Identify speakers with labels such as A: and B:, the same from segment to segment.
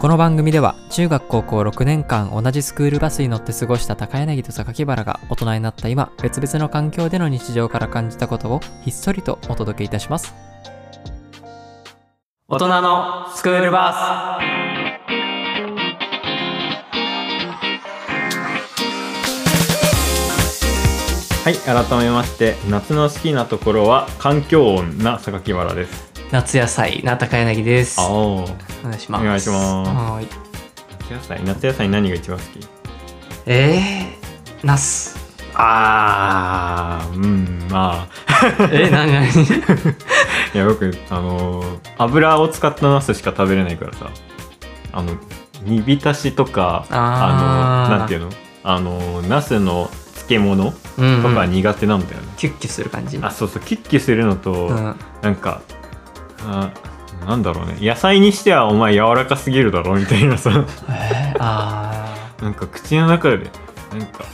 A: この番組では中学高校6年間同じスクールバスに乗って過ごした高柳と榊原が大人になった今別々の環境での日常から感じたことをひっそりとお届けいたします大人のスクールバス
B: はい、改めまして、夏の好きなところは環境音な榊原です。
A: 夏野菜な高柳ですお
B: お、
A: 願いします
B: お願いします
A: はーい
B: 夏野菜、夏野菜何が一番好き？
A: えー、ナス
B: ああ、うん、まあ、
A: え何 何
B: いや僕あのー油を使ったナスしか食べれないからさ、あの煮浸しとか、
A: あー
B: のなんていうの、あのナスの漬物と
A: うんうん
B: か苦手なんだよね。
A: キュッキュする感じ
B: あ、そうそう、キッキュするのと、
A: うん
B: なんか。あなんだろうね野菜にしてはお前柔らかすぎるだろみたいなさ
A: えー、あ
B: なんか口の中でなんか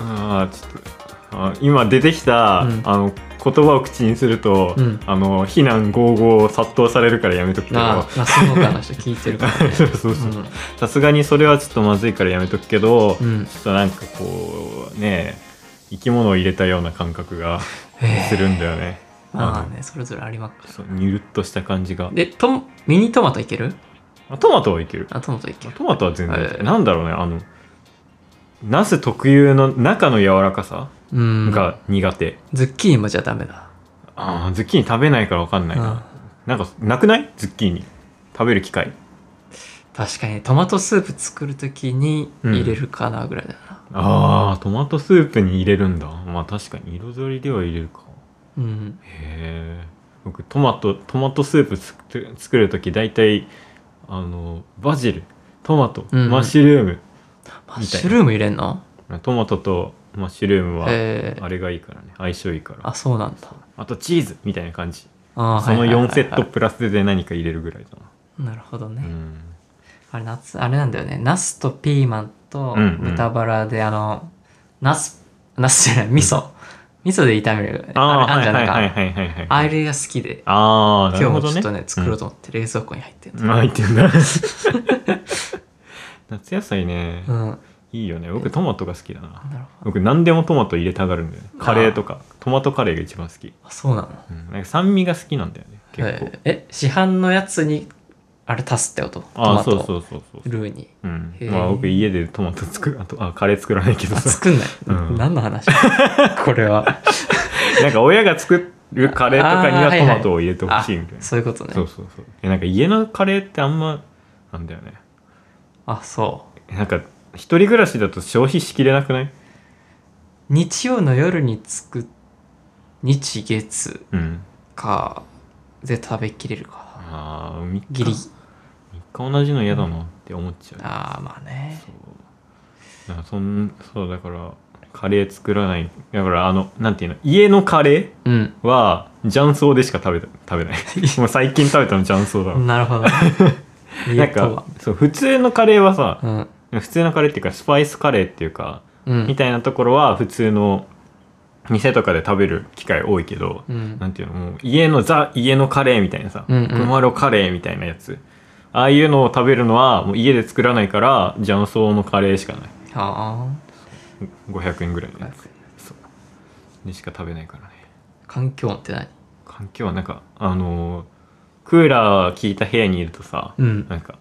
B: あーちょっとあー今出てき
A: う
B: た、
A: ん
B: あの言葉を口にすると、
A: うん
B: あの非難合々殺到されるからやめとくけ
A: ーあ
B: ど
A: ーナス農家の人聞いてるから、ね
B: そうそうそうさすがにそれはちょっとまずいからやめとくけど、
A: うん、うん
B: ちょっとなんかこうね生き物を入れたような感覚が
A: えー
B: するんだよね。
A: まあね、それぞれありまく
B: あのそうニュルっとした感じが
A: で、トンミニトマトいける
B: あトマトはいける
A: あ、トマトいける。
B: トマトは全然、
A: えー
B: なんだろうねあのナス特有の中の柔らかさ
A: うん。
B: が苦手、
A: ズッキーニもじゃダメだ。
B: ああズッキーニ食べないから分かんないな、
A: うん
B: なんかなくないズッキーニ食べる機会
A: 確かに、トマトスープ作るときに入れるかなぐらいだな。
B: ああトマトスープに入れるんだまあ確かに彩りでは入れるか
A: うん。
B: へえ僕トマトトマトスープつく作る時大体あのバジルトマト、
A: うんうん
B: マッシュルーム
A: マッシュルーム入れんの
B: トマトとマッシュルームは
A: えー
B: あれがいいからね相性いいから
A: あ、そうなんだ。
B: あとチーズみたいな感じ
A: あー
B: その
A: はいはいはい
B: 4
A: はい
B: セットプラスで何か入れるぐらいだな
A: なるほどね。
B: うん
A: あれ、夏、あれなんだよね。ナスとピーマンと
B: うんうん
A: 豚バラで、あの、ナス、ナスじゃない、味噌。味噌で炒める。
B: あ
A: あ
B: あ
A: れあんじゃんなん
B: はい
A: か。
B: はいはいはいはい
A: あれが好きで。
B: ああ、
A: 今
B: な
A: 日
B: る
A: も
B: ほ
A: ち
B: ど
A: ょ
B: ね。
A: っとね、作ろうと思って冷蔵庫に入ってんの
B: うん。あ、入ってんだ。 夏野菜ね、
A: うん。ない
B: いよね。僕トマトが好きだな。
A: るほど。
B: 僕何でもトマト入れたがるんだよね。カレーとか、トマトカレーが一番好き。
A: あそうなの
B: うん、なんか酸味が好きなんだよね。結構。
A: ええ市販のやつにあれ足すってことト
B: ああ、
A: マト
B: そうそうそうそう。
A: ルーに
B: うん
A: へ。え
B: まあ僕家でトマト作る、あと、あ、カレー作らないけど
A: あ
B: さ。
A: 作んない、
B: うん
A: 何の 話これは
B: なんか親が作るカレーとかに
A: あー
B: は
A: はい
B: ト
A: はい
B: マトを入れてほしいみたい
A: あ
B: な。
A: そういうことね
B: そうそうそう。えなんか家のカレーってあんまなんだよね。
A: あそう
B: なんか一人暮らしだと消費しきれなくない？
A: 日曜の夜に作っ日月
B: うん。
A: かで食べきれるかな
B: ああ、三日
A: ギリ
B: 三日同じの嫌だなって思っちゃう。
A: ああまあね
B: そう。だからそんそうだからカレー作らない。だからあのなんていうの家のカレ
A: うん
B: ーは雀荘でしか食べた食べない。 もう最近食べたの雀荘だわ。
A: なるほど
B: な
A: 家
B: ん
A: と
B: か
A: は
B: そう普通のカレーはさ、
A: うん
B: 普通のカレーっていうかスパイスカレーっていうか。
A: う
B: み
A: ん
B: たいなところは普通の店とかで食べる機会多いけど、
A: うん
B: なんていうのもう家のザ家のカレーみたいなさ、
A: うんうん
B: クマロカレーみたいなやつああいうのを食べるのはもう家で作らないから雀荘のカレーしかない
A: ああ
B: 500円ぐらいのやつそうにしか食べないからね
A: 環境音って何
B: 環境はなんかあのークーラー効いた部屋にいるとさ、
A: うん
B: なんか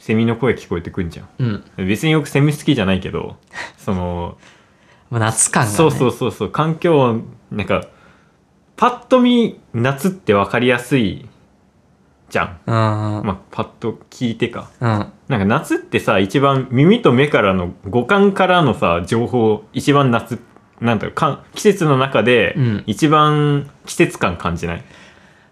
B: セミの声聞こえてくんじゃん
A: うん、
B: 別によくセミ好きじゃない けどその
A: まあ、夏感が、ね、
B: そうそうそうそう環境音なんかパッと見夏って分かりやすいじゃん、
A: うん、
B: まあ、パッと聞いてか
A: うん
B: なんか夏ってさ一番耳と目からの五感からのさ情報一番夏なんだろうかん季節の中で
A: うん
B: 一番季節感感じない、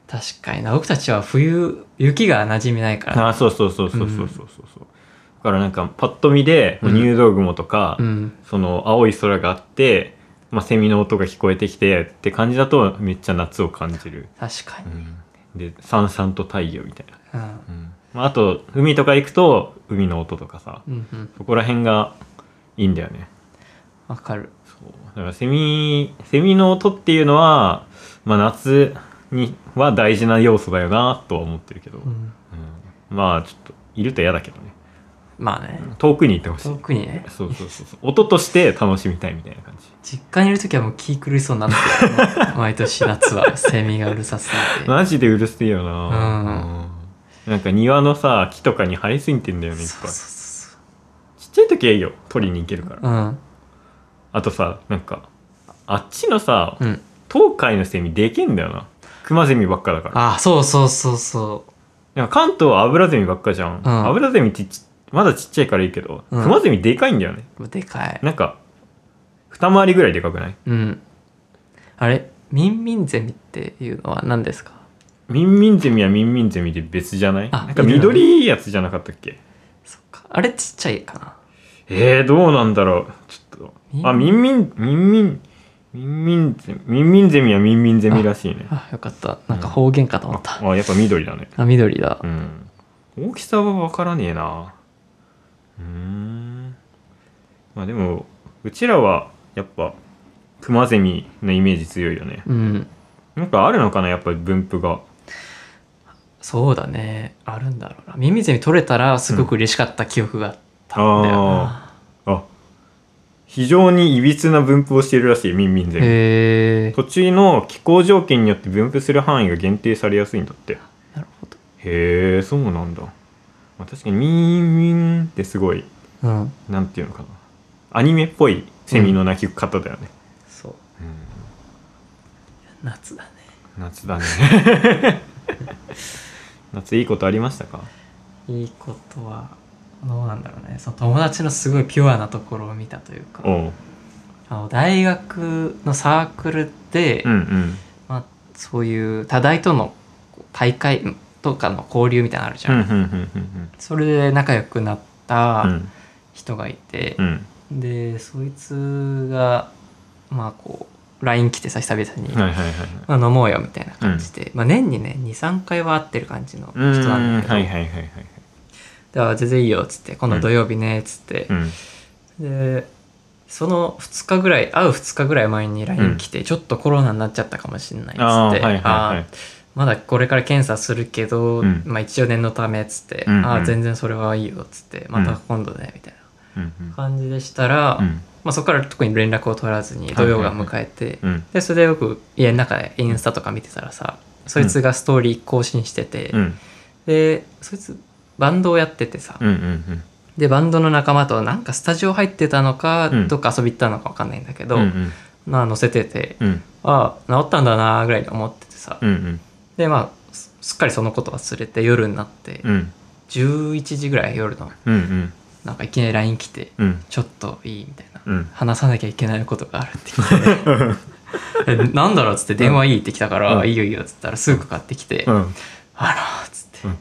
A: 確かにな僕たちは冬雪が馴染みないから
B: ああそうそうそうそうそうそうそうそうだからなんかパッと見でもう入道雲とか、
A: うん
B: その青い空があって、まあ、セミの音が聞こえてきてって感じだとめっちゃ夏を感じる、
A: 確かに、
B: でさんさんと太陽みたいな、
A: うん
B: まあ、あと海とか行くと海の音とかさ
A: うんうん
B: そこら辺がいいんだよね
A: わかる
B: そうだからセミセミの音っていうのは、まあ、夏には大事な要素だよなとは思ってるけど、
A: うん
B: うんまあちょっといると嫌だけどね
A: まあね
B: 遠くに行ってほしい
A: 遠くにね
B: そうそうそうそう音として楽しみたいみたいな感じ
A: 実家にいる時はもう気狂いそうになってる よね毎年夏はセミがうるさすぎて
B: マジでうるせえよな、うんなんか庭のさ木とかに生えすぎてんだよねいっ
A: そう
B: ぱ
A: そう
B: い
A: そ
B: ちっちゃい時はいいよ取りに行けるから、
A: ううん
B: あとさなんかあっちのさ、
A: うん
B: 東海のセミでけんだよなクマゼミばっかだから
A: あそうそうそうそう
B: なんか関東はアブラゼミばっかじゃ
A: ん
B: ん、アブラゼミちっちまだちっちゃいからいいけど、
A: うん
B: クマゼミでかいんだよね
A: でかい。
B: なんか二回りぐらいでかくない
A: うん。あれ、ミンミンゼミっていうのは何ですか
B: ミンミンゼミはミンミンゼミで別じゃない
A: あ
B: なんか
A: いるよね
B: 緑いいやつじゃなかったっけ
A: そっか。あれちっちゃいかな。
B: えー、どうなんだろうちょっとあミ
A: ミ
B: ンミンミンミンミンミンゼミミンミンゼミはミンミンゼミらしいね
A: あ、よかった。なんか方言かと思った。
B: ああやっぱ緑だね
A: あ、緑だ
B: う。ん大きさは分からねえなうーんまあでもうちらはやっぱクマゼミのイメージ強いよね
A: うん。
B: なんかあるのかなやっぱ分布が
A: そうだね。あるんだろうな。ミンミンゼミ取れたらすごく嬉しかった記憶があったんだよな。
B: あ非常にいびつな分布をしているらしいミンミンゼミ
A: へえ。
B: 土地の気候条件によって分布する範囲が限定されやすいんだって
A: なるほど。
B: へえそうなんだ、まあ、確かにミンミンってすごい
A: うん。
B: なんていうのかなアニメっぽいセミの鳴き方だよね、
A: そう。
B: うん
A: 夏だね。
B: 夏だね 夏いいことありましたか
A: いいことは、どうなんだろうね。その友達のすごいピュアなところを見たというか。
B: おう
A: あの大学のサークルで、
B: うんうん
A: まあ、そういう多大との大会とかの交流みたいなのあるじ
B: う
A: ゃん、
B: んうんうんうん
A: それで仲良くなっ
B: う
A: た
B: ん
A: 人がいて
B: う、ん
A: でそいつがまあこう LINE 来てさ久々に、
B: はいはいはいはい
A: まあ、飲もうよみたいな感じで、まあ、年にね23回は会ってる感じの人
B: うーん
A: なんだけど「
B: はいはいはいはいはい
A: であ全然いいよ」っつって「今度土曜日ね」っつって
B: う、ん
A: でその2日ぐらい会う2日ぐらい前に LINE 来て、ちょっとコロナになっちゃったかもしれないっつって
B: ああーはいはい
A: あ
B: は
A: ー
B: い
A: まだこれから検査するけど、
B: うん
A: まあ一応念のためっつって、
B: うんうん
A: ああ全然それはいいよっつってまた今度ねみたい
B: うん
A: な感じでしたら、
B: うん
A: まあ、そこから特に連絡を取らずに
B: は
A: 土
B: いはい
A: 曜が迎えて、
B: うん
A: でそれでよく家の中でインスタとか見てたらさそいつがストーリー更新してて、
B: うんうん
A: でそいつバンドをやっててさ、
B: うんうん
A: でバンドの仲間となんかスタジオ入ってたのか、
B: うん
A: どっか遊び行ったのか分かんないんだけど、
B: うんうん
A: まあ載せてて、
B: うん
A: ああ治ったんだなぐらいに思っててさ、
B: うんうん
A: でまあすすっかりそのこと忘れて夜になって、
B: うん
A: 11時ぐらい夜の
B: うんうん
A: なんかいきなり LINE 来て
B: うん
A: 「ちょっといい」みたいな
B: うん
A: 話さなきゃいけないことがあるって来 てえ「なんだろう?」っつって「電話いい」って来たから「
B: うん
A: いいよいいよ」っつったらすぐかかってきて「
B: うん
A: あの」っつって、
B: うん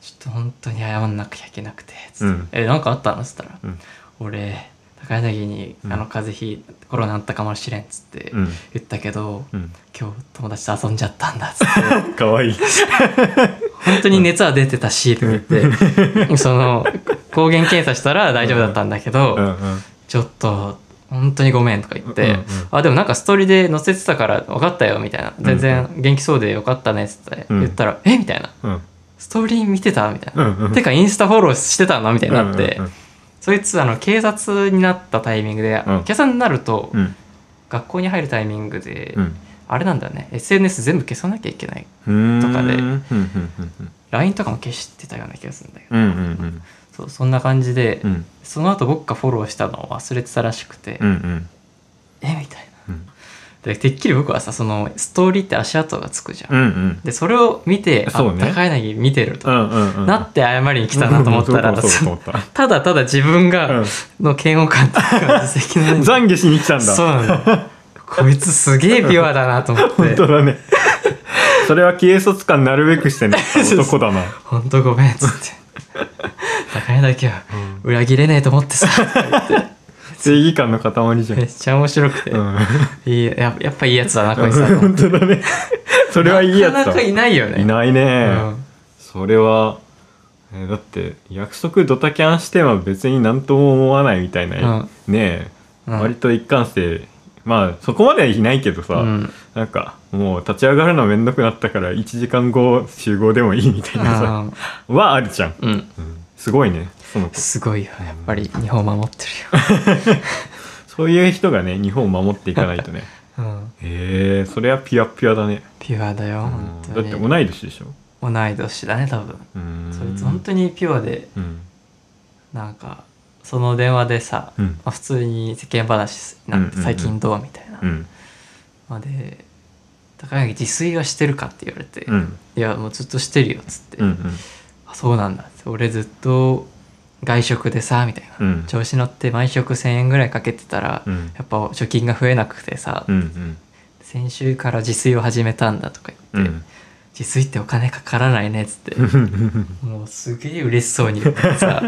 A: ちょっと本当に謝んなきゃいけなくて」つって「
B: うん
A: えなんかあったの?」っつったら「
B: うん
A: 俺高柳にあ
B: うん
A: の風邪ひコロナあったかもしれん」っつって
B: うん
A: 言ったけど、
B: うん
A: 今日友達と遊んじゃったんだ」っつ って。
B: かわいい
A: 本当に熱は出てたし、とか言って、その、抗原検査したら大丈夫だったんだけど、
B: うんうん
A: ちょっと、本当にごめんとか言って、
B: うんうん
A: あ、でもなんかストーリーで載せてたから分かったよ、みたいな。全然元気そうでよかったね、っつって
B: うん
A: 言ったら、えみたいな。
B: うん
A: ストーリー見てたみたいな。
B: うんうん
A: てか、インスタフォローしてたのみたいになって、
B: うん
A: そいつ、あの、警察になったタイミングで、
B: うん
A: 警察になると、
B: うん
A: 学校に入るタイミングで、
B: うん
A: あれなんだよね、SNS 全部消さなきゃいけない。
B: うん
A: とかで
B: うんうん
A: LINE とかも消してたような気がするんだけど。
B: うんうん
A: そうそんな感じで、
B: うんうん
A: その後僕がフォローしたのを忘れてたらしくて、
B: うんうん
A: えみたいな
B: うん
A: でてっきり僕はさそのストーリーって足跡がつくじゃん、
B: うんうん
A: でそれを見て、あ
B: そうね
A: 高柳見てると、
B: うんうんうん
A: なって謝りに来たなと思ったら、
B: うんそうそうそうと思った
A: ただただ自分が、
B: う
A: の嫌悪感というか自責の
B: ん
A: 念
B: 懺悔しに来たん
A: そう
B: だ
A: なんだこいつすげえピュアだなと思って
B: 本当だねそれは軽率感なるべくしてね男だな
A: 本当ごめんっつって 高柳だけは裏切れねえと思ってさ
B: 正義感の塊じゃん
A: めっちゃ面白くて、
B: うん
A: いいややっぱいいやつだなこいつはと思って
B: 本当だね それはいいやつ
A: なかなか
B: だ
A: いないよね
B: いないね
A: うん
B: それはえーだって約束ドタキャンしては別に何とも思わないみたいなねえ
A: うん
B: 割と一貫性まあそこまではいないけどさ、
A: うん
B: なんかもう立ち上がるのめんどくなったから1時間後集合でもいいみたいなさ
A: あー
B: はあるじゃん、
A: うん
B: うんすごいねその子
A: すごいよやっぱり日本守って
B: そういう人がね日本を守っていかないとね
A: るよ、 うん、
B: へえそれはピュアピュアだね、
A: ピュアだよ本
B: うん
A: 当
B: だっ
A: に
B: て同い年でしょ
A: 同い年だね多分
B: うーん
A: そいつ本当にピュアで
B: うん
A: なんかその電話でさ、
B: うん
A: まあ、普通に世間話になっ
B: うんうんう
A: て
B: ん
A: 最近どうみたいな、
B: うん
A: まあで高柳自炊はしてるかって言われて、
B: うん
A: いやもうずっとしてるよっつって、
B: うん
A: あそうなんだって俺ずっと外食でさみたいな、
B: うん
A: 調子乗って毎食1,000円ぐらいかけてたら、
B: うんうん
A: やっぱ貯金が増えなくてさ、
B: うんうん
A: 先週から自炊を始めたんだとか
B: う
A: 言って、
B: ん
A: 自炊ってお金かからないねっつって、もうすげえ嬉しそうに言ってさ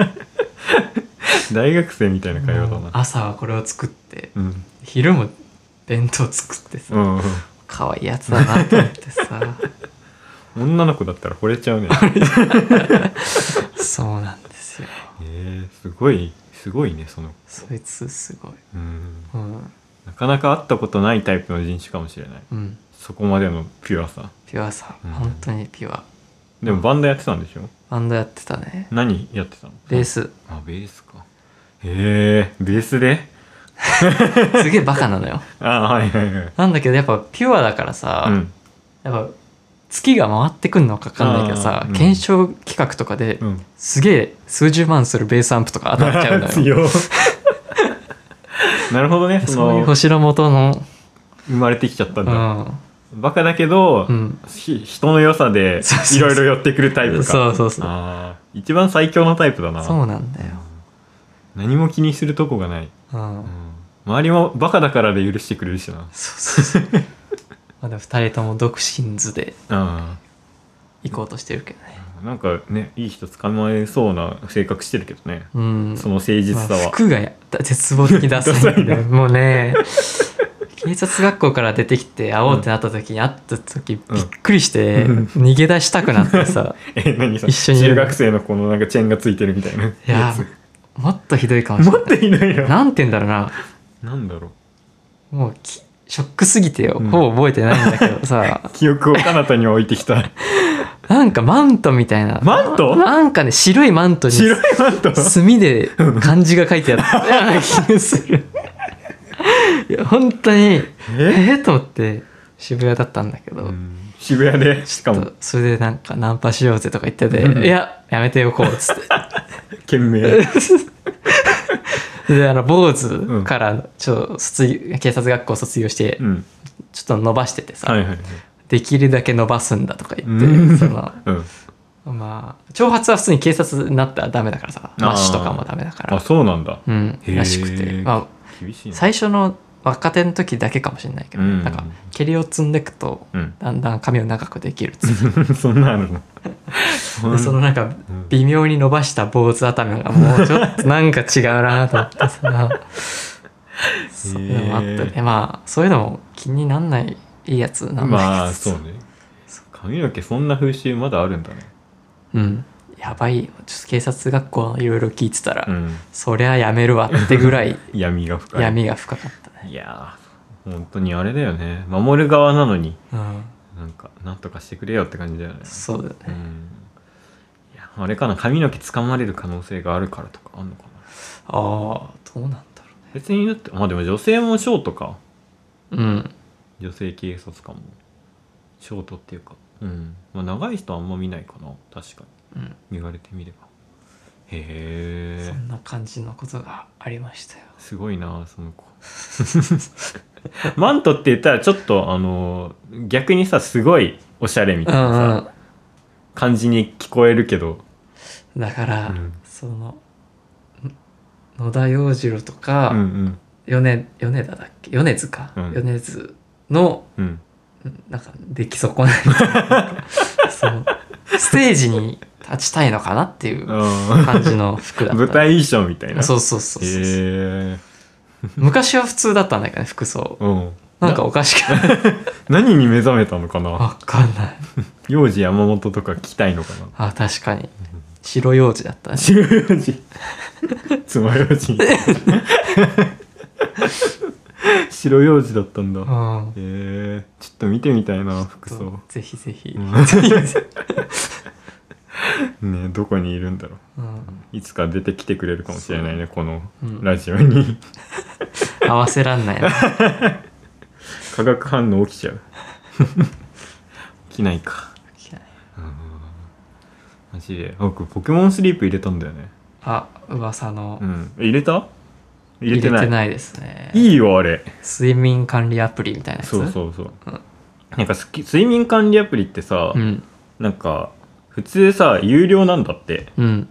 B: 大学生みたい な会話だ
A: もう
B: な
A: 朝はこれを作って
B: うん
A: 昼も弁当作って
B: う
A: さ
B: んうん
A: 可愛いやつだなと思ってさ
B: 女の子だったら惚れちゃうね
A: そうなんですよ
B: へえすごいすごいねその子
A: そいつすごい
B: うん
A: うん
B: なかなか会ったことないタイプの人種かもしれない
A: うん
B: そこまでのピュアさ
A: ピュアさ、
B: うん
A: ん、本当にピュア
B: でもバンドやってたんでしょ
A: バンドやってたね
B: 何やってたの
A: ベース
B: あベースかへえベースです
A: げえバカなのよ
B: あはいはいはい
A: なんだけどやっぱピュアだからさ、
B: うん
A: やっぱ月が回ってくんのかわかんないけどさ、
B: あーうん
A: 検証企画とかで、
B: うん
A: すげえ数十万するベースアンプとか当たっちゃうのよ
B: 強なるほどねそ
A: そういう
B: の
A: 星の元の
B: 生まれてきちゃったん
A: う
B: だ
A: ん
B: バカだけど
A: うん
B: ひ人の良さで
A: そうそうそう
B: いろいろ寄ってくるタイプか
A: そうそうそう
B: あー一番最強のタイプだな
A: そうなんだよ、
B: 何も気にするとこがない、
A: うん
B: うん周りもバカだからで許してくれるしな
A: そうそうそう まだ2人とも独身図で
B: うん
A: 行こうとしてるけどね
B: なんかねいい人捕まえそうな性格してるけどね
A: うん
B: その誠実さ
A: まあ
B: は、
A: 服がや絶望的だ
B: ダサいな
A: もうね警察学校から出てきて会おうってなった時に会った時
B: うん
A: びっくりして
B: うん
A: 逃げ出したくなってさ
B: え何 さ
A: 一緒に
B: 中学生のこのなんかチェーンがついてるみた い ない
A: やもっとひどいかもし
B: 持
A: れ
B: っていない
A: ない
B: よ
A: なんて言うんだろうな
B: なんだろう
A: もうきショックすぎてよ、
B: うん
A: ほぼ覚えてないんだけど さ
B: 記憶を彼方に置いて きた
A: なんかマントみたいな
B: マント
A: なんかね白いマントに
B: 白いマント
A: 墨で漢字が書いてあったような 気がするいや本当に
B: え、
A: えー、と思って渋谷だったんだけど、
B: うん渋谷でしかも
A: それでなんかナンパしようぜとか言ってて
B: う
A: 「
B: ん
A: いややめてよこう」っつって
B: 懸 命
A: であの坊
B: う
A: 主
B: ん
A: からちょっと卒業警察学校卒業して
B: うん
A: ちょっと伸ばしててさ、
B: はいはいはい
A: できるだけ伸ばすんだとか言って、
B: うん
A: その
B: うん
A: まあ挑発は普通に警察になったらダメだからさ
B: あー
A: マッシュとかもダメだか
B: あ
A: ら
B: そうなんだ
A: うん
B: へー
A: らしくてまあ
B: 厳しいな
A: 最初の若手の時だけかもしれないけど、
B: うん
A: なんか蹴りを積んでくと
B: うん
A: だんだん髪を長くできるっつって
B: そんなあるのそん
A: でそのなんか
B: うん
A: 微妙に伸ばした坊主頭がもうちょっとなんか違うなと思ってさそういうのもあったねまあそういうのも気になんないいいやつなんだけど
B: まあそうね髪の毛そんな風習まだあるんだね
A: うんやばいよちょっと警察学校のいろいろ聞いてたら、
B: うん
A: そりゃやめるわってぐらい
B: 闇が深い
A: 闇が深かったね
B: いやー本当にあれだよね守る側なのに
A: うん
B: なんかなんとかしてくれよって感じだよね
A: そうだよ
B: う
A: ね
B: んいやあれかな髪の毛掴まれる可能性があるからとかあんのかな
A: ああどうなんだろ
B: 別にだってまあでも女性もショートか
A: ううん
B: 女性警察官もショートっていうかうんまあ長い人はあんま見ないかな確か
A: うん
B: に言われてみればへ
A: そ
B: え
A: んな感じのことがありましたよ
B: すごいなその子 マントって言ったらちょっとあの逆にさすごいおしゃれみた
A: う
B: いなん
A: うん
B: さ感じに聞こえるけど
A: だから、
B: うん
A: そのん野田洋次郎とか、
B: うんうん
A: 米米田だっけ米津か、
B: うん
A: 米津の
B: うん
A: んなんか出来損ない そのステージに立ちたいのかなっていう
B: あ
A: 感じの服だ
B: ー
A: った
B: 舞台衣装みたいな
A: そうそうそうそう、
B: へえ
A: 昔は普通だったんだけどね服装
B: うん
A: なんかおかしく ない
B: 何に目覚めたのかな
A: わかんない
B: 幼児山本とか聞きたいのかな
A: あ確かに白楊枝だったね
B: 中幼児爪楊枝みたいな白幼児だったんだ
A: う
B: へ
A: ん
B: えちょっと見てみたいな服装
A: ぜひぜひ、
B: うん
A: ぜひぜひ
B: ねどこにいるんだろ
A: うん
B: ういつか出てきてくれるかもしれないねこの
A: うん
B: ラジオに
A: 合わせらんないな
B: 化学反応起きちゃう起きないかマジであ僕ポケモンスリープ入れたんだよね
A: あ噂の
B: うん入れた入
A: 入れて
B: れてない
A: ないですね
B: いいよあれ
A: 睡眠管理アプリみたいなやつ
B: そうそうそう、
A: うん
B: なんかすき睡眠管理アプリってさ、
A: うん
B: なんか普通さ有料なんだって
A: うん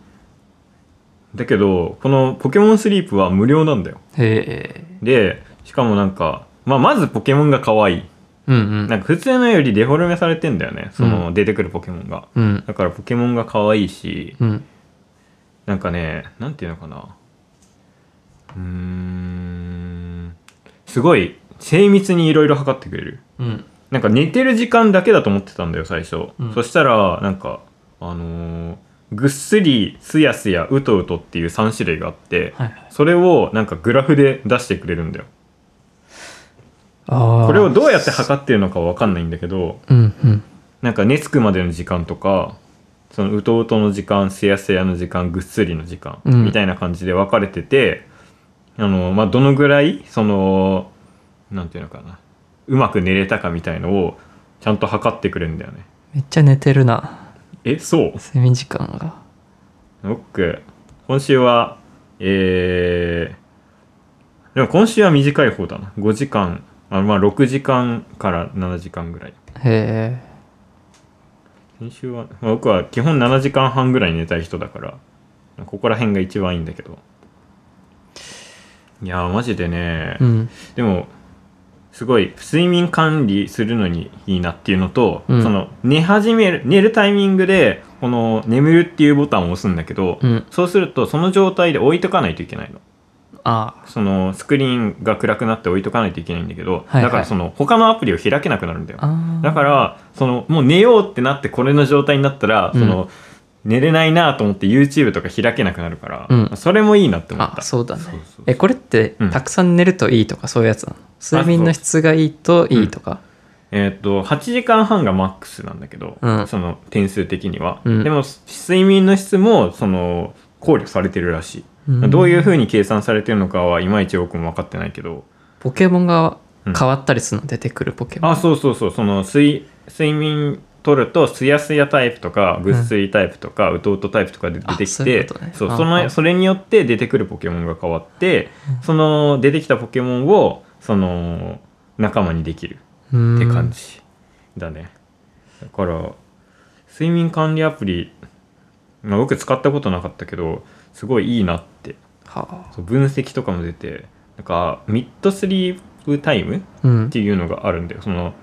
B: だけどこのポケモンスリープは無料なんだよ
A: へえ
B: でしかもなんか、まあ、まずポケモンが可愛い
A: うんうん
B: なんか普通のよりデフォルメされてんだよねその出てくるポケモンが、
A: うん
B: だからポケモンが可愛いし
A: うん
B: なんかねなんていうのかなうーんすごい精密にいろいろ測ってくれる
A: うん
B: なんか寝てる時間だけだと思ってたんだよ最初、
A: うん
B: そしたらなんかあのーぐっすりすやすやうとうとっていう3種類があって、
A: はいはい
B: それをなんかグラフで出してくれるんだよ
A: ああ
B: これをどうやって測ってるのかわかんないんだけど
A: うんうん
B: なんか寝つくまでの時間とかそのうとうとの時間すやすやの時間ぐっすりの時間、
A: うん
B: みたいな感じで分かれててあの、まあ、どのぐらいそのなんていうのかなうまく寝れたかみたいのをちゃんと測ってくれるんだよね
A: めっちゃ寝てるな
B: えそう
A: 睡眠時間が
B: 僕今週はえー、でも今週は短い方だな5時間あまあ6時間から7時間ぐらい
A: へえ
B: 先週は、まあ僕は基本7時間半ぐらい寝たい人だからここら辺が一番いいんだけどいやーマジでね、
A: うん
B: でもすごい睡眠管理するのにいいなっていうのと、
A: うん
B: その寝始める寝るタイミングでこの「眠る」っていうボタンを押すんだけど、
A: うん
B: そうするとその状態で置いとかないといけないの
A: あ
B: そのスクリーンが暗くなって置いとかないといけないんだけ
A: は
B: ど、
A: いはい
B: だからその他のアプリを開けなくなるんだよ
A: あああ
B: だからそのもう寝ようってなってこれの状態になったら、
A: うん
B: その寝れないなと思って YouTube とか開けなくなるから、
A: うん
B: それもいいなって思った
A: あそうだね
B: そうそうそう
A: えこれって
B: うん
A: たくさん寝るといいとかそういうやつなの睡眠の質がいいといいとか
B: えーっと8時間半がマックスなんだけど、
A: うん
B: その点数的には、
A: うん
B: でも睡眠の質もその考慮されてるらしい、
A: うん
B: どういうふうに計算されてるのかはいまいち僕も分かってないけど
A: ポケモンが
B: うん
A: 変わったりするの出てくるポケモン
B: あそうそうそうその睡睡眠取るとすやすやタイプとかぐっすりタイプとか、うとうとタイプとかで出てき
A: あそうい
B: て
A: うことね
B: そう
A: あ
B: そ
A: あ
B: のそれによって出てくるポケモンが変わって
A: うん
B: その出てきたポケモンをその仲間にできる
A: っ
B: って感じだね、だから睡眠管理アプリ、まあ、僕使ったことなかったけどすごいいいなって
A: はあ
B: そう分析とかも出てなんかミッドスリープタイム
A: うん
B: っていうのがあるんだよその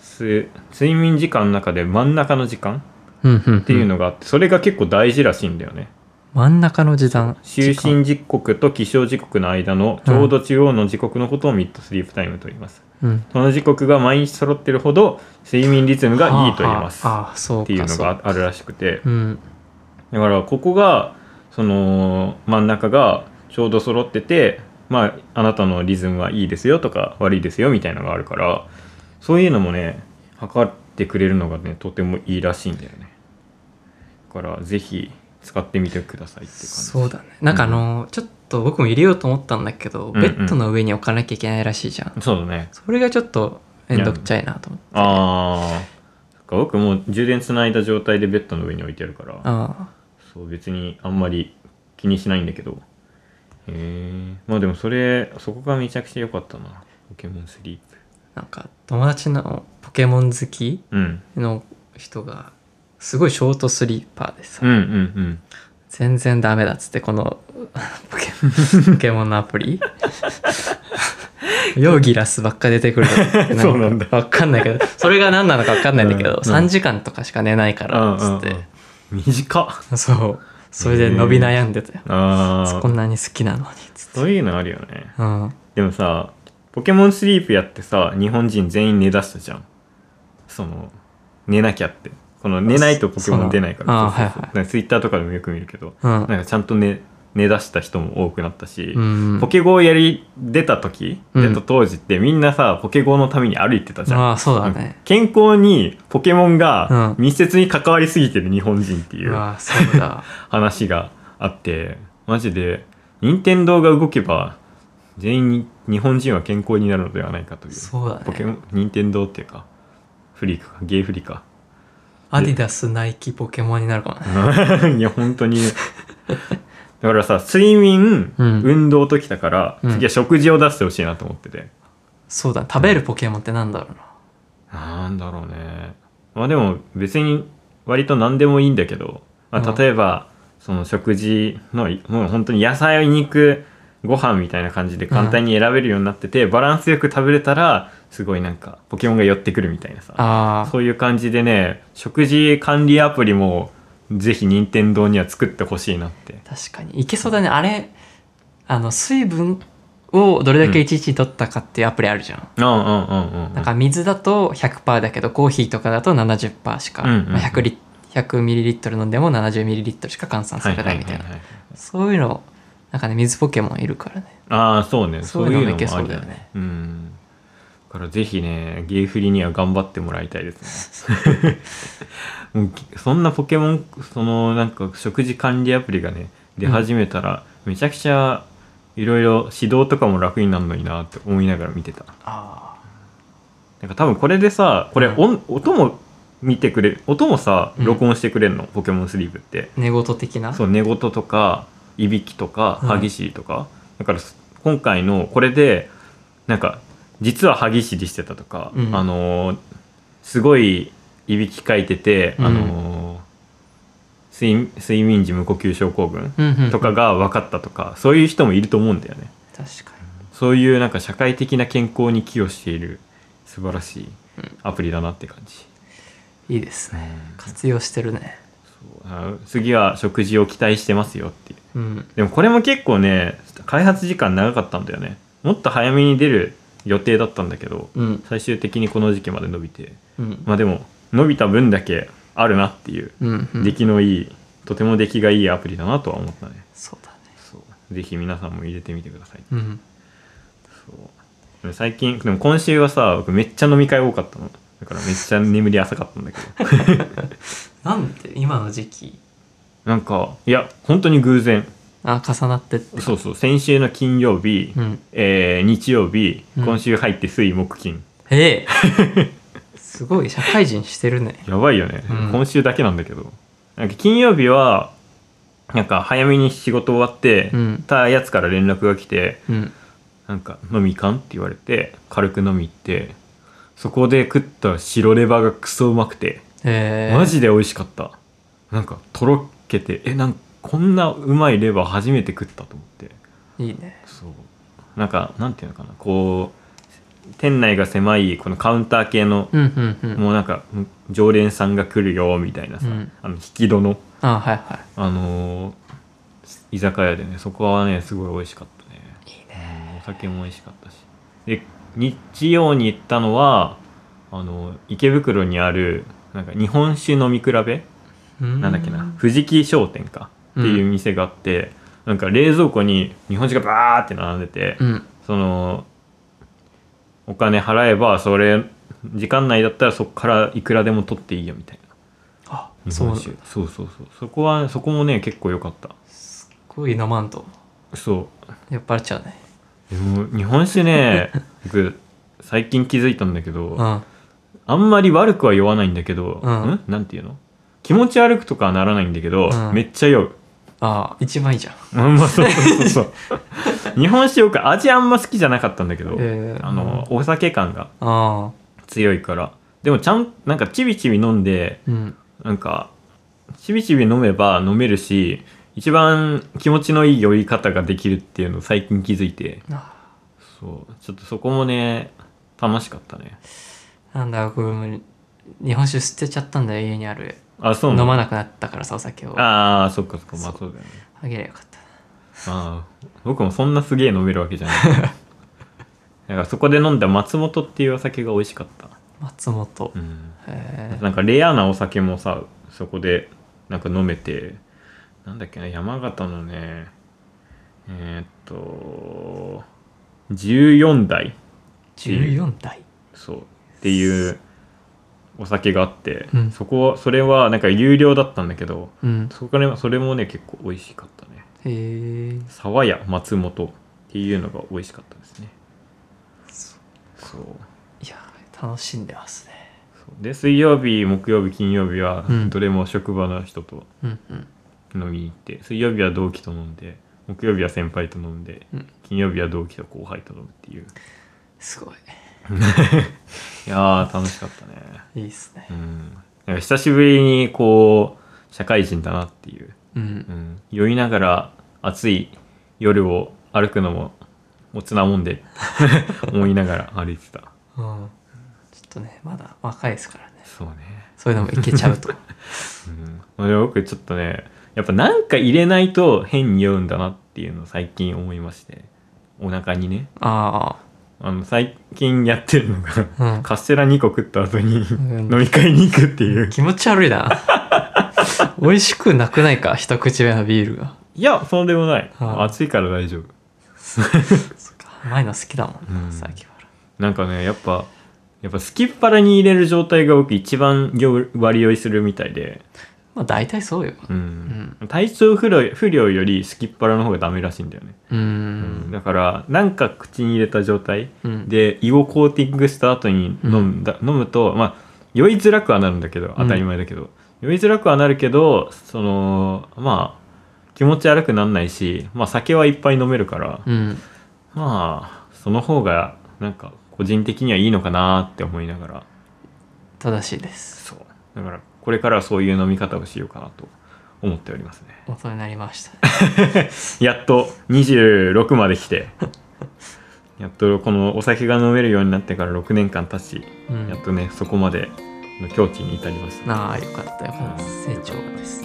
B: す睡眠時間の中で真ん中の時間
A: うんうんっ
B: っていうのがあって、それが結構大事らしいんだよね
A: 真ん中の時間
B: 就
A: 時間
B: 寝時刻と起床時刻の間のちょうど中央の時刻のことをミッドスリープタイムと言います、
A: うん
B: その時刻が毎日揃ってるほど睡眠リズムがいいと言います
A: はあ
B: っ
A: はああそうか
B: ていうの
A: そう
B: があるらしくて
A: うん
B: だからここがその真ん中がちょうど揃っててまああなたのリズムはいいですよとか悪いですよみたいなのがあるからそういうのもね測ってくれるのがねとてもいいらしいんだよねだからぜひ使ってみてくださいって感じ
A: そうだねなんかあのーちょっと僕も入れようと思ったんだけど
B: んうん
A: ベッドの上に置かなきゃいけないらしいじゃん
B: そうだね
A: それがちょっとめんどくちゃいなと思って
B: ああ僕もう充電つないだ状態でベッドの上に置いてあるから
A: あ
B: そう別にあんまり気にしないんだけどへえまあでもそれそこがめちゃくちゃ良かったなポケモンスリープ
A: あなんか友達のポケモン好き
B: うん
A: の人がすごいショートスリーパーでさ、
B: うんうん
A: 全然ダメだっつってこの ポケモンポケモンのアプリ ヨーギラスばっか出てくるとかってか
B: そうなんだ
A: わかんないけどそれが何なのかわかんないんだけど、
B: うんうん
A: 3時間とかしか寝ないか
B: う
A: ら
B: ん
A: っつって、
B: うんうん短っ
A: そうそれで伸び悩んでたよ、
B: あ
A: こ
B: あ
A: んなに好きなのにっつって
B: そういうのあるよね
A: うん
B: でもさポケモンスリープやってさ日本人全員寝だしたじゃんその寝なきゃってこの寝ないとポケモン出ないから
A: あ
B: そう
A: あ
B: そうそう
A: はいはい
B: なんかツイッターとかでもよく見るけど
A: うん
B: なんかちゃんと寝寝だした人も多くなったし、
A: うん
B: ポケゴをやり出た時
A: うん
B: 出た当時ってみんなさポケゴのために歩いてたじゃん、
A: ああそうだね、
B: 健康にポケモン
A: う
B: が密接に関わりすぎてる日本人って
A: う
B: いう
A: わ そうだ
B: 話があってマジで任天堂が動けば全員に日本人は健康になるのではないかという
A: そうだね
B: ポケモン任天堂っていうかフリーかゲイフリーか
A: アディダスナイキポケモンになるかもね
B: いや本当にだからさ睡眠、
A: うん
B: 運動ときたから
A: うん
B: 次は食事を出してほしいなと思ってて、
A: そうだね食べるポケモンってなんだろうな
B: なんだろうねまあでも別に割と何でもいいんだけど、ま
A: う
B: あ、
A: ん
B: 例えばその食事のいもう本当に野菜肉ご飯みたいな感じで簡単に選べるようになってて、バランスよく食べれたらすごいなんかポケモンが寄ってくるみたいなさ
A: ああ
B: そういう感じでね食事管理アプリもぜひ任天堂には作ってほしいなって
A: 確かにいけそうだねあれあの水分をどれだけいちいち取ったかっていうアプリあるじゃん、
B: うんうんうんうんうん
A: なんか水だと100%だけどコーヒーとかだと70%しか、
B: うんうんうん
A: まあ、100リ100ミリリットル飲んでも70ミリリットルしか換算されないみたいな
B: はははは
A: そういうのなんかね水ポケモンいるからね
B: ああそうね
A: そ
B: そう
A: いう
B: うい
A: のも
B: うのもあ
A: いけ
B: り
A: そうだよね
B: うんだからぜひねゲイフリには頑張ってもらいたいです ねもうきそんなポケモンそのなんか食事管理アプリがね出始めたら、めちゃくちゃいろいろ指導とかも楽になるのになって思いながら見てた
A: あ
B: なんか多分これでさこれ
A: うん
B: 音,、音も見てくれる音もさ
A: うん
B: 録音してくれるの、ポケモンスリーブって
A: あ寝言的な
B: そう寝言とかいびきとか
A: うん
B: 歯ぎしりとか、だからす今回のこれでなんか実は歯ぎしりしてたとか、
A: うん
B: あのーすごいいびきかいてて、
A: うん
B: あのー睡睡眠時無呼吸症候群
A: うんうんうん
B: とかが分かったとか、そういう人もいると思うんだよね
A: 確か
B: そういうなんか社会的な健康に寄与している素晴らしい
A: うん
B: アプリだなって感じ、
A: にいいですね活用してるね
B: そうあの次は食事を期待してますよっていう
A: うん
B: でもこれも結構ね開発時間長かったんだよねもっと早めに出る予定だったんだけど
A: うん
B: 最終的にこの時期まで伸びて
A: うん
B: まあでも伸びた分だけあるなっていう
A: うんうん
B: 出来のいい、とても出来がいいアプリだなとは思ったね
A: そうだね
B: そうぜひ皆さんも入れてみてください
A: うん
B: そうでも最近でも今週はさ僕めっちゃ飲み会多かったのだからめっちゃ眠り浅かったんだけど
A: なんで今の時期
B: なんかいや本当に偶然
A: あ重なってって
B: そうそう先週の金曜日、
A: うん
B: えー日曜日
A: うん
B: 今週入って水木金、
A: ええ すごい社会人してるね
B: やばいよね、
A: うん
B: 今週だけなんだけどなんか金曜日はなんか早めに仕事終わって、
A: うん
B: たやつから連絡が来て
A: うん
B: 「なんか飲み行かん?」って言われて軽く飲み行ってそこで食った白レバーがクソうまくて
A: ええ
B: マジで美味しかったなんかとろけてえなんかこんなうまいレバー初めて食ったと思って
A: いいね
B: そうなんかなんていうのかなこう店内が狭いこのカウンター系の
A: うんうんうん
B: もうなんかうん常連さんが来るよみたいなさ、
A: うん
B: あの引き戸の、
A: あはいは
B: あのー居酒屋でねそこはねすごい美味しかったね
A: いいい
B: うんお酒も美味しかったしで日曜に行ったのはあの池袋にあるなんか日本酒飲み比べ
A: な
B: なんだっけな藤木商店かっていう店があって、なんか冷蔵庫に日本酒がバーって並んでて、
A: うん
B: そのお金払えばそれ時間内だったらそこからいくらでも取っていいよみたい
A: あ
B: な日
A: そ
B: 本
A: う
B: 酒そうそうそうそこはそこもね結構良かった
A: すっごい飲まんと
B: そ
A: 酔っ払っちゃうね
B: うでも日本 酒ね僕最近気づいたんだけど
A: う
B: あ
A: ん
B: んまり悪くは酔わないんだけど、
A: うん
B: んなんていうの気持ち悪くとかはならないんだけど、
A: うん
B: めっちゃ酔う
A: あ一番いいじゃん
B: あんまそうそう そうそう日本酒よく味あんま好きじゃなかったんだけど、
A: えー
B: あのお酒感が
A: あ
B: 強いからでもちゃんなんかちびちび飲んで
A: ーうん
B: なんかちびちび飲めば飲めるし一番気持ちのいい酔い方ができるっていうのを最近気づいて
A: あ
B: そうちょっとそこもね楽しかったね
A: なんだ僕も日本酒捨てちゃったんだよ家にある
B: あそう
A: 飲
B: なの
A: まなくなったからさお酒をあ
B: ああそっかそっかまあそうだよね
A: げりゃよかったな
B: ああ僕もそんなすげえ飲めるわけじゃ ないだからそこで飲んだ松本っていうお酒が美味しかった
A: 松本
B: うん
A: へ
B: なんかレアなお酒もさそこでなんか飲めてなんだっけな山形のねえーっと14代
A: 14代
B: そうっていうお酒があって、
A: うん
B: そこはそれはなんか有料だったんだけど
A: うん
B: そこからそれもね結構美味しかったね
A: へえ
B: 沢屋松本っていうのが美味しかったですねそう
A: いや楽しんでますね
B: そうで水曜日木曜日金曜日は
A: うん
B: どれも職場の人と
A: うんうん
B: 飲みに行って、水曜日は同期と飲んで木曜日は先輩と飲んで、
A: うん
B: 金曜日は同期と後輩と飲むっていう
A: すごい
B: いやー楽しかったね
A: いいっすね
B: うん、なんか久しぶりにこう社会人だなっていう、
A: うん、
B: うん、酔いながら暑い夜を歩くのもおつなもんで 思いながら歩いてた
A: うん、ちょっとねまだ若いですからね
B: そうね、
A: そういうのもいけちゃうと
B: うんまあ、でも僕ちょっとねやっぱなんか入れないと変に酔うんだなっていうのを最近思いましてお腹にね
A: あ
B: あの最近やってるのが
A: あうん
B: カステラ2個食った後
A: ん
B: に飲み会に行くっていう
A: 気持ち悪いな 美味しくなくないか一口目のビールが
B: いやそうでもない
A: あ
B: 暑いから大丈夫
A: そっか甘いの好きだもんな、
B: うん
A: さっきから
B: なんかねやっぱやっぱすきっ腹に入れる状態が僕一番よ割り酔いするみたいで、
A: まあ大体そうよ
B: うん体調不良不良よりすきっ腹の方がダメらしいんだよね、
A: う
B: うん
A: ん
B: だからなんか口に入れた状態
A: うん
B: で胃をコーティングした後に飲んだ、飲むとまあ酔いづらくはなるんだけど当たり前だけど、酔いづらくはなるけどそのまあ気持ち悪くなんないし、まあ、酒はいっぱい飲めるから、
A: うん
B: まあその方がなんか個人的にはいいのかなって思いながら
A: 正しいです
B: そうだからこれからはそういう飲み方をしようかなと思っておりますね
A: 大人になりましたね
B: やっと26まで来てやっとこのお酒が飲めるようになってから6年間経ち
A: うん
B: やっとねそこまでの境地に至りました、
A: なあよかったよかった成長です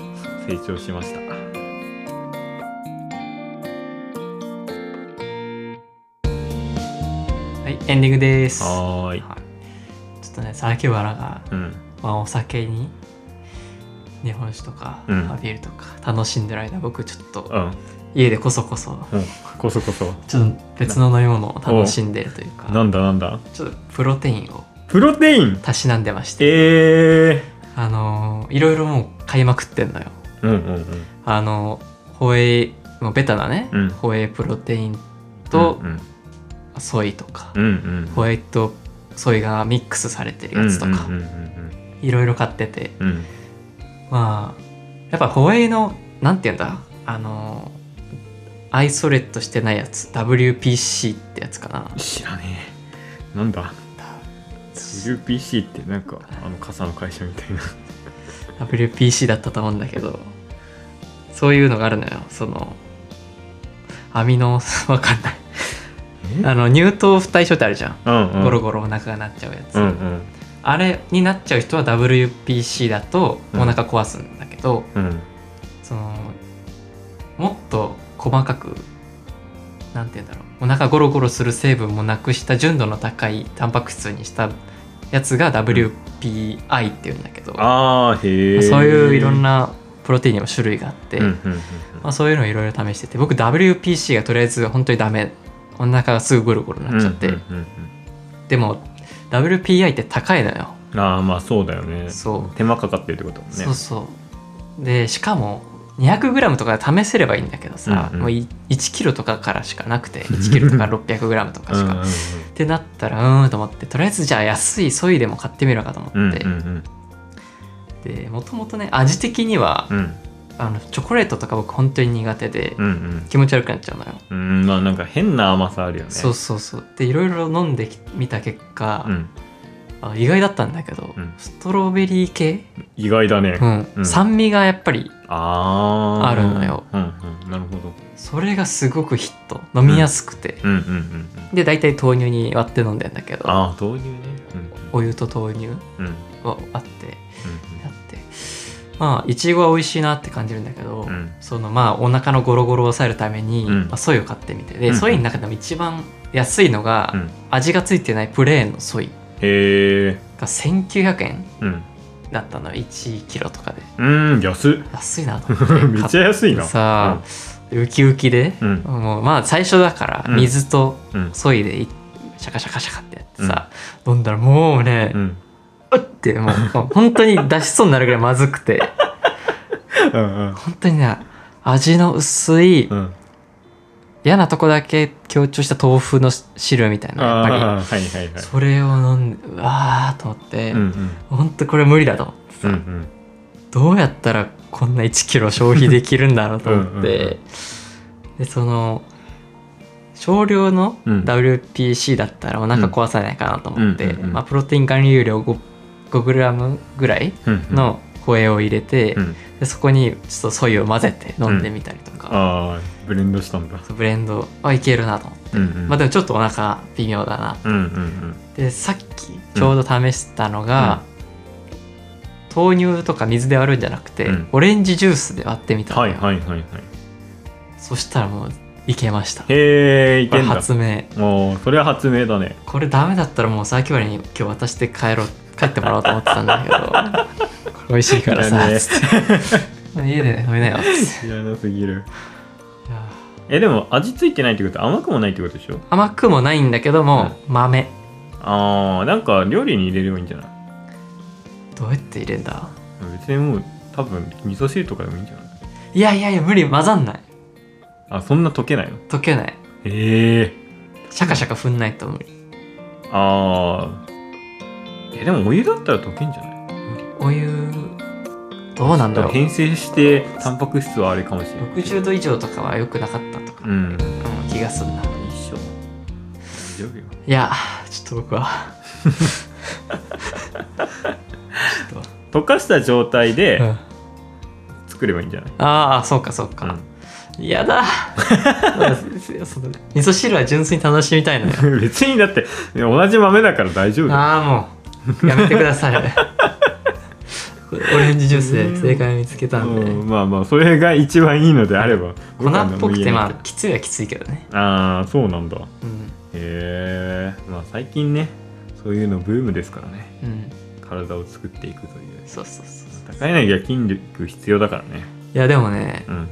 B: 成長しました
A: はいエンディングです
B: はーい
A: はいちょっとね酒原が、
B: うん
A: まあ、お酒に日本酒とか、
B: うん
A: まあビールとか楽しんでる間僕ちょっと
B: うん
A: 家でこそこそ
B: うんこそこそ
A: ちょっと別の飲み物を楽しんでるという
B: な
A: か
B: んだなんだ
A: ちょっとプロテインを
B: プロテイン
A: たしなんでまして
B: え
A: あのーいろいろもう買いまくってんのよ
B: ー、うんうんうん
A: あのホエイもうベタなね、
B: うん
A: ホエイプロテインと
B: うん
A: ソイとか、
B: うんうん
A: ホエイとソイがミックスされてるやつとか、
B: うんうんうん
A: いろいろ買ってて
B: うんうん
A: まあやっぱホエイのなんて言うんだあのアイソレットしてないやつ WPC ってやつかな
B: 知らねえなんだ WPC ってなんかあの傘の会社みたいな
A: WPC だったと思うんだけどそういうのがあるのよそのアミノ わかんないあの乳糖不対症ってあるじゃん
B: うんうん
A: ゴロゴロお腹がなっちゃうやつ、
B: うんうん
A: あれになっちゃう人は WPC だとお
B: うん
A: 腹壊すんだけど、
B: うん
A: そのもっと細かくなんて言うんだろうお腹ゴロゴロする成分もなくした純度の高いタンパク質にしたやつが WPI っていうんだけど、
B: あーへえ
A: そういういろんなプロテインにも種類があって、
B: うんうんうんうん
A: まあ、そういうのをいろいろ試してて僕 WPC がとりあえず本当にダメお腹がすぐゴロゴロになっちゃって、
B: うんうんうん
A: でも WPI って高いのよ
B: うんああまあそうだよね
A: そう
B: 手間かかってるってことだもんね
A: そうそうでしかも 200g とか試せればいいんだけどさ、
B: うんうん
A: もうい1キロとかからしかなくて1キロ とか 600g とかしか、
B: うんうんうん
A: ってなったらうーんと思ってとりあえずじゃあ安いソイでも買ってみるかと思って、
B: うんうん
A: でもともとね味的には、
B: うん
A: あのチョコレートとか僕本当に苦手で、
B: うんうん
A: 気持ち悪くなっちゃうのよ、
B: うんまあなんか変な甘さあるよね
A: そうそうそうでいろいろ飲んできみた結果、
B: うん
A: あ意外だったんだけど、
B: うん
A: ストロベリー系、
B: 意外だね
A: うん
B: うん
A: 酸味がやっぱり
B: ああ
A: あるのよ
B: うんうんなるほど
A: それがすごくヒット飲みやすくて、
B: うんうんうんうん
A: で大体豆乳に割って飲んでんだけど
B: ああ豆乳ね
A: お湯と豆乳
B: うんうんうん
A: を割ってやってまあいちごは美味しいなって感じるんだけど、
B: うんうん
A: そのまあお腹のゴロゴロを抑えるために、
B: うん
A: まあ、ソイを買ってみて
B: うん
A: で
B: うん
A: ソイの中でも一番安いのが、
B: うん
A: 味がついてないプレーンのソイ
B: へえ
A: が1900円
B: うん
A: だったの1キロとかで
B: うーん安っ
A: 安いなと思って
B: めっちゃ安いな
A: さあ、ウキウキで、
B: うん
A: もうまあ最初だから
B: うん
A: 水と
B: うん
A: そいでいシャカシャカシャカってやってさ、飲んだらもうね、
B: う
A: うんってもうもう本当に出しそうになるぐらいまずくて
B: うん
A: 本当にね味の薄い
B: うん
A: 嫌なとこだけ強調した豆腐の汁みたいなやっぱ
B: あーはいはいは
A: り
B: い
A: それを飲んでうわーと思って、
B: うんうん
A: 本当これ無理だと思って
B: う
A: さ、
B: んうん
A: どうやったらこんな1キロ消費できるんだろうと思っ
B: うんうん
A: てでその少量の
B: うん
A: WPC だったらお腹壊さないかなと思って、
B: うんうんうん
A: まあ、プロテイン含有量 5, 5g ぐらい
B: うんうん
A: のホエを入れて、
B: うん
A: でそこにちょっとソイを混ぜて飲んでみたりとか、
B: ああブレンドしたんだ
A: ブレンドはいけるなと思って、
B: うんうん
A: まあ、でもちょっとお腹微妙だな
B: うんうんうん
A: でさっきちょうど試したのが、豆乳とか水で割るんじゃなくて、
B: うん
A: オレンジジュースで割ってみたの
B: はいはいはいはい
A: そしたらもういけましたこ
B: へえいけ
A: れ
B: んだ
A: 発明
B: おーそれは発明だね
A: これダメだったらもうサーキュバリに今日渡して帰ろう帰ってもらおうと思ってたんだ けどこれ美味しいからさ、
B: だね
A: つって 家で飲み なよっつって
B: 知らなすぎる
A: いや
B: えでも味付いてないってことは甘くもないってことでしょ
A: 甘くもないんだけども、豆
B: あーなんか料理に入れればいいんじゃない
A: どうやって入れんだ
B: 別にもう多分味噌汁とかでもいいんじゃない
A: いやいやいや無理混ざんない
B: あそんな溶けないの
A: 溶けない
B: へえ
A: シャカシャカ踏んないと無理
B: あーえでもお湯だったら溶けんじゃない
A: お湯どうなんだろう
B: 変成してタンパク質はあれかもしれない
A: 60度以上とかは良くなかったとか、
B: うんうん
A: うん気がすんな
B: 一緒大丈夫よ
A: いやちょっと僕はちょっと
B: 溶かした状態
A: う
B: で
A: ん
B: 作ればいいんじゃない、
A: ああそうかそうか、やだ そうその味噌汁は純粋に楽しみたい のよ
B: うん別にだって同じ豆だから大丈夫だよ
A: ああもうやめてくださいオレンジジュースで正解を見つけたんで、
B: うんまあまあそれが一番いいのであれ ば
A: 粉っぽくてまあ
B: あ
A: きついはきついけどね、
B: あーそうなんだへ
A: うん
B: えまあ最近ねそういうのブームですからね
A: うん、
B: 体を作っていくという
A: そうそうそう
B: 高柳は筋力必要だからね
A: いやでもね
B: うん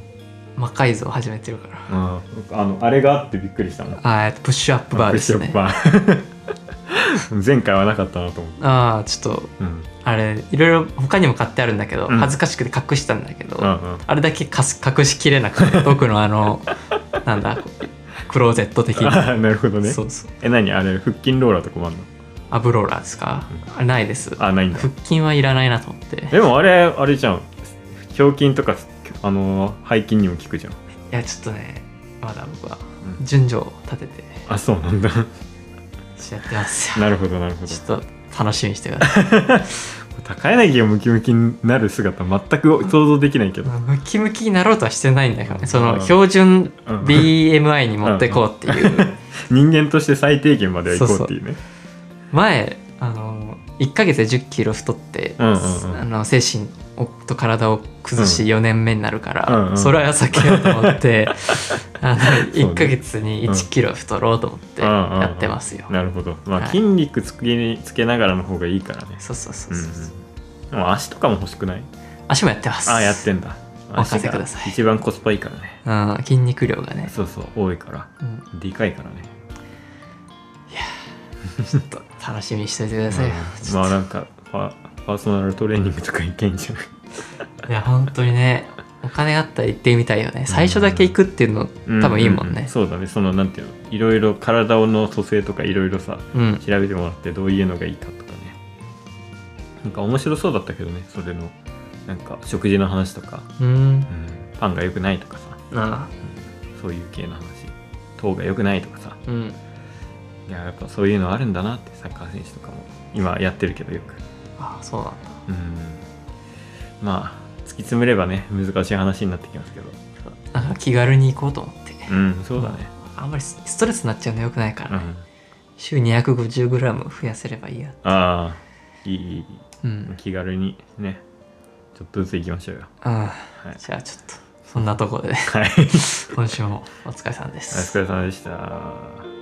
A: 魔改造始めてるから
B: ああのあれがあってびっくりしたもん
A: あーえっとプッシュアップバーです ね
B: バー前回はなかったなと思って、
A: ああちょっと
B: うん、
A: あれいろいろ他にも買ってあるんだけど、
B: うん
A: 恥ずかしくて隠したんだけど、
B: うんうん
A: あれだけかす隠しきれなく て僕のあのなんだクローゼット的に、
B: あー なるほどね
A: そうそう
B: え何あれ腹筋ローラーとかもあんの
A: アブローラーですか、あないです
B: あないんだ
A: 腹筋はいらないなと思ってい
B: でもあれあれじゃん胸筋とかあのー背筋にも効くじゃん
A: やちょっとねまだ僕は
B: うん
A: 順序を立てて
B: あそうな んだ
A: やってますよ
B: なるほどなるほど
A: ちょっと楽しみにしてください
B: 高柳がムキムキになる姿全く想像できないけど、
A: ムキムキになろうとはしてないんだけどねその
B: うん
A: 標準
B: うん
A: BMI に持ってこうっていう
B: 人間として最低限まではいこうっていうね
A: 前あの1ヶ月で1 0キロ太って、
B: うんうんうん
A: あの精神をと体を崩し
B: う
A: 4年目になるから、
B: うんうん
A: それは避けようと思って あの
B: ね
A: 1ヶ月に1キロ太ろうと思って
B: うんうんうん
A: やってますよ、
B: なるほど、まあ
A: はい
B: 筋肉つけつけながらの方がいいからね
A: そうそうそううん
B: う
A: そう、
B: んでも足とかも欲しくない
A: 足もやってます
B: ああやってんだ
A: お任せください
B: 足が一番コスパいいからね
A: うん、筋肉量がね、
B: そうそう多いから
A: うん、
B: でかいからね
A: ちょっと楽しみにしておいてくださいよ、
B: うん
A: ちょっと
B: まあなんかパパーソナルトレーニングとかいけんじゃない
A: いや本当にねお金あったら行ってみたいよね最初だけ行くっていうの多分いいもん
B: うう
A: ね
B: そうだねそのなんていうのいろいろ体の蘇生とかいろいろさ
A: うん、
B: 調べてもらってどういうのがいいかとかねなんか面白そうだったけどねそれのなんか食事の話とか、
A: うん
B: うん、パンが良くないとかさ
A: なあ
B: そういう系の話糖が良くないとかさ
A: うん
B: いややっぱそういうのあるんだなってサッカー選手とかも今やってるけどよく
A: あそうなんだ
B: うんまあ突き詰めればね難しい話になってきますけど
A: なんか気軽に行こうと思って、
B: うんそうだね
A: あんまりスストレスになっちゃうのよくないか
B: う
A: ら、ね
B: ん
A: 週 250g 増やせればいいや
B: ああいいいいいい
A: うん、
B: 気軽にねちょっとずつ行きましょうよ
A: ああ
B: はい
A: じゃあ ちょっとそんなところで
B: はいお
A: 今週もお疲れさんです
B: 疲れ様でした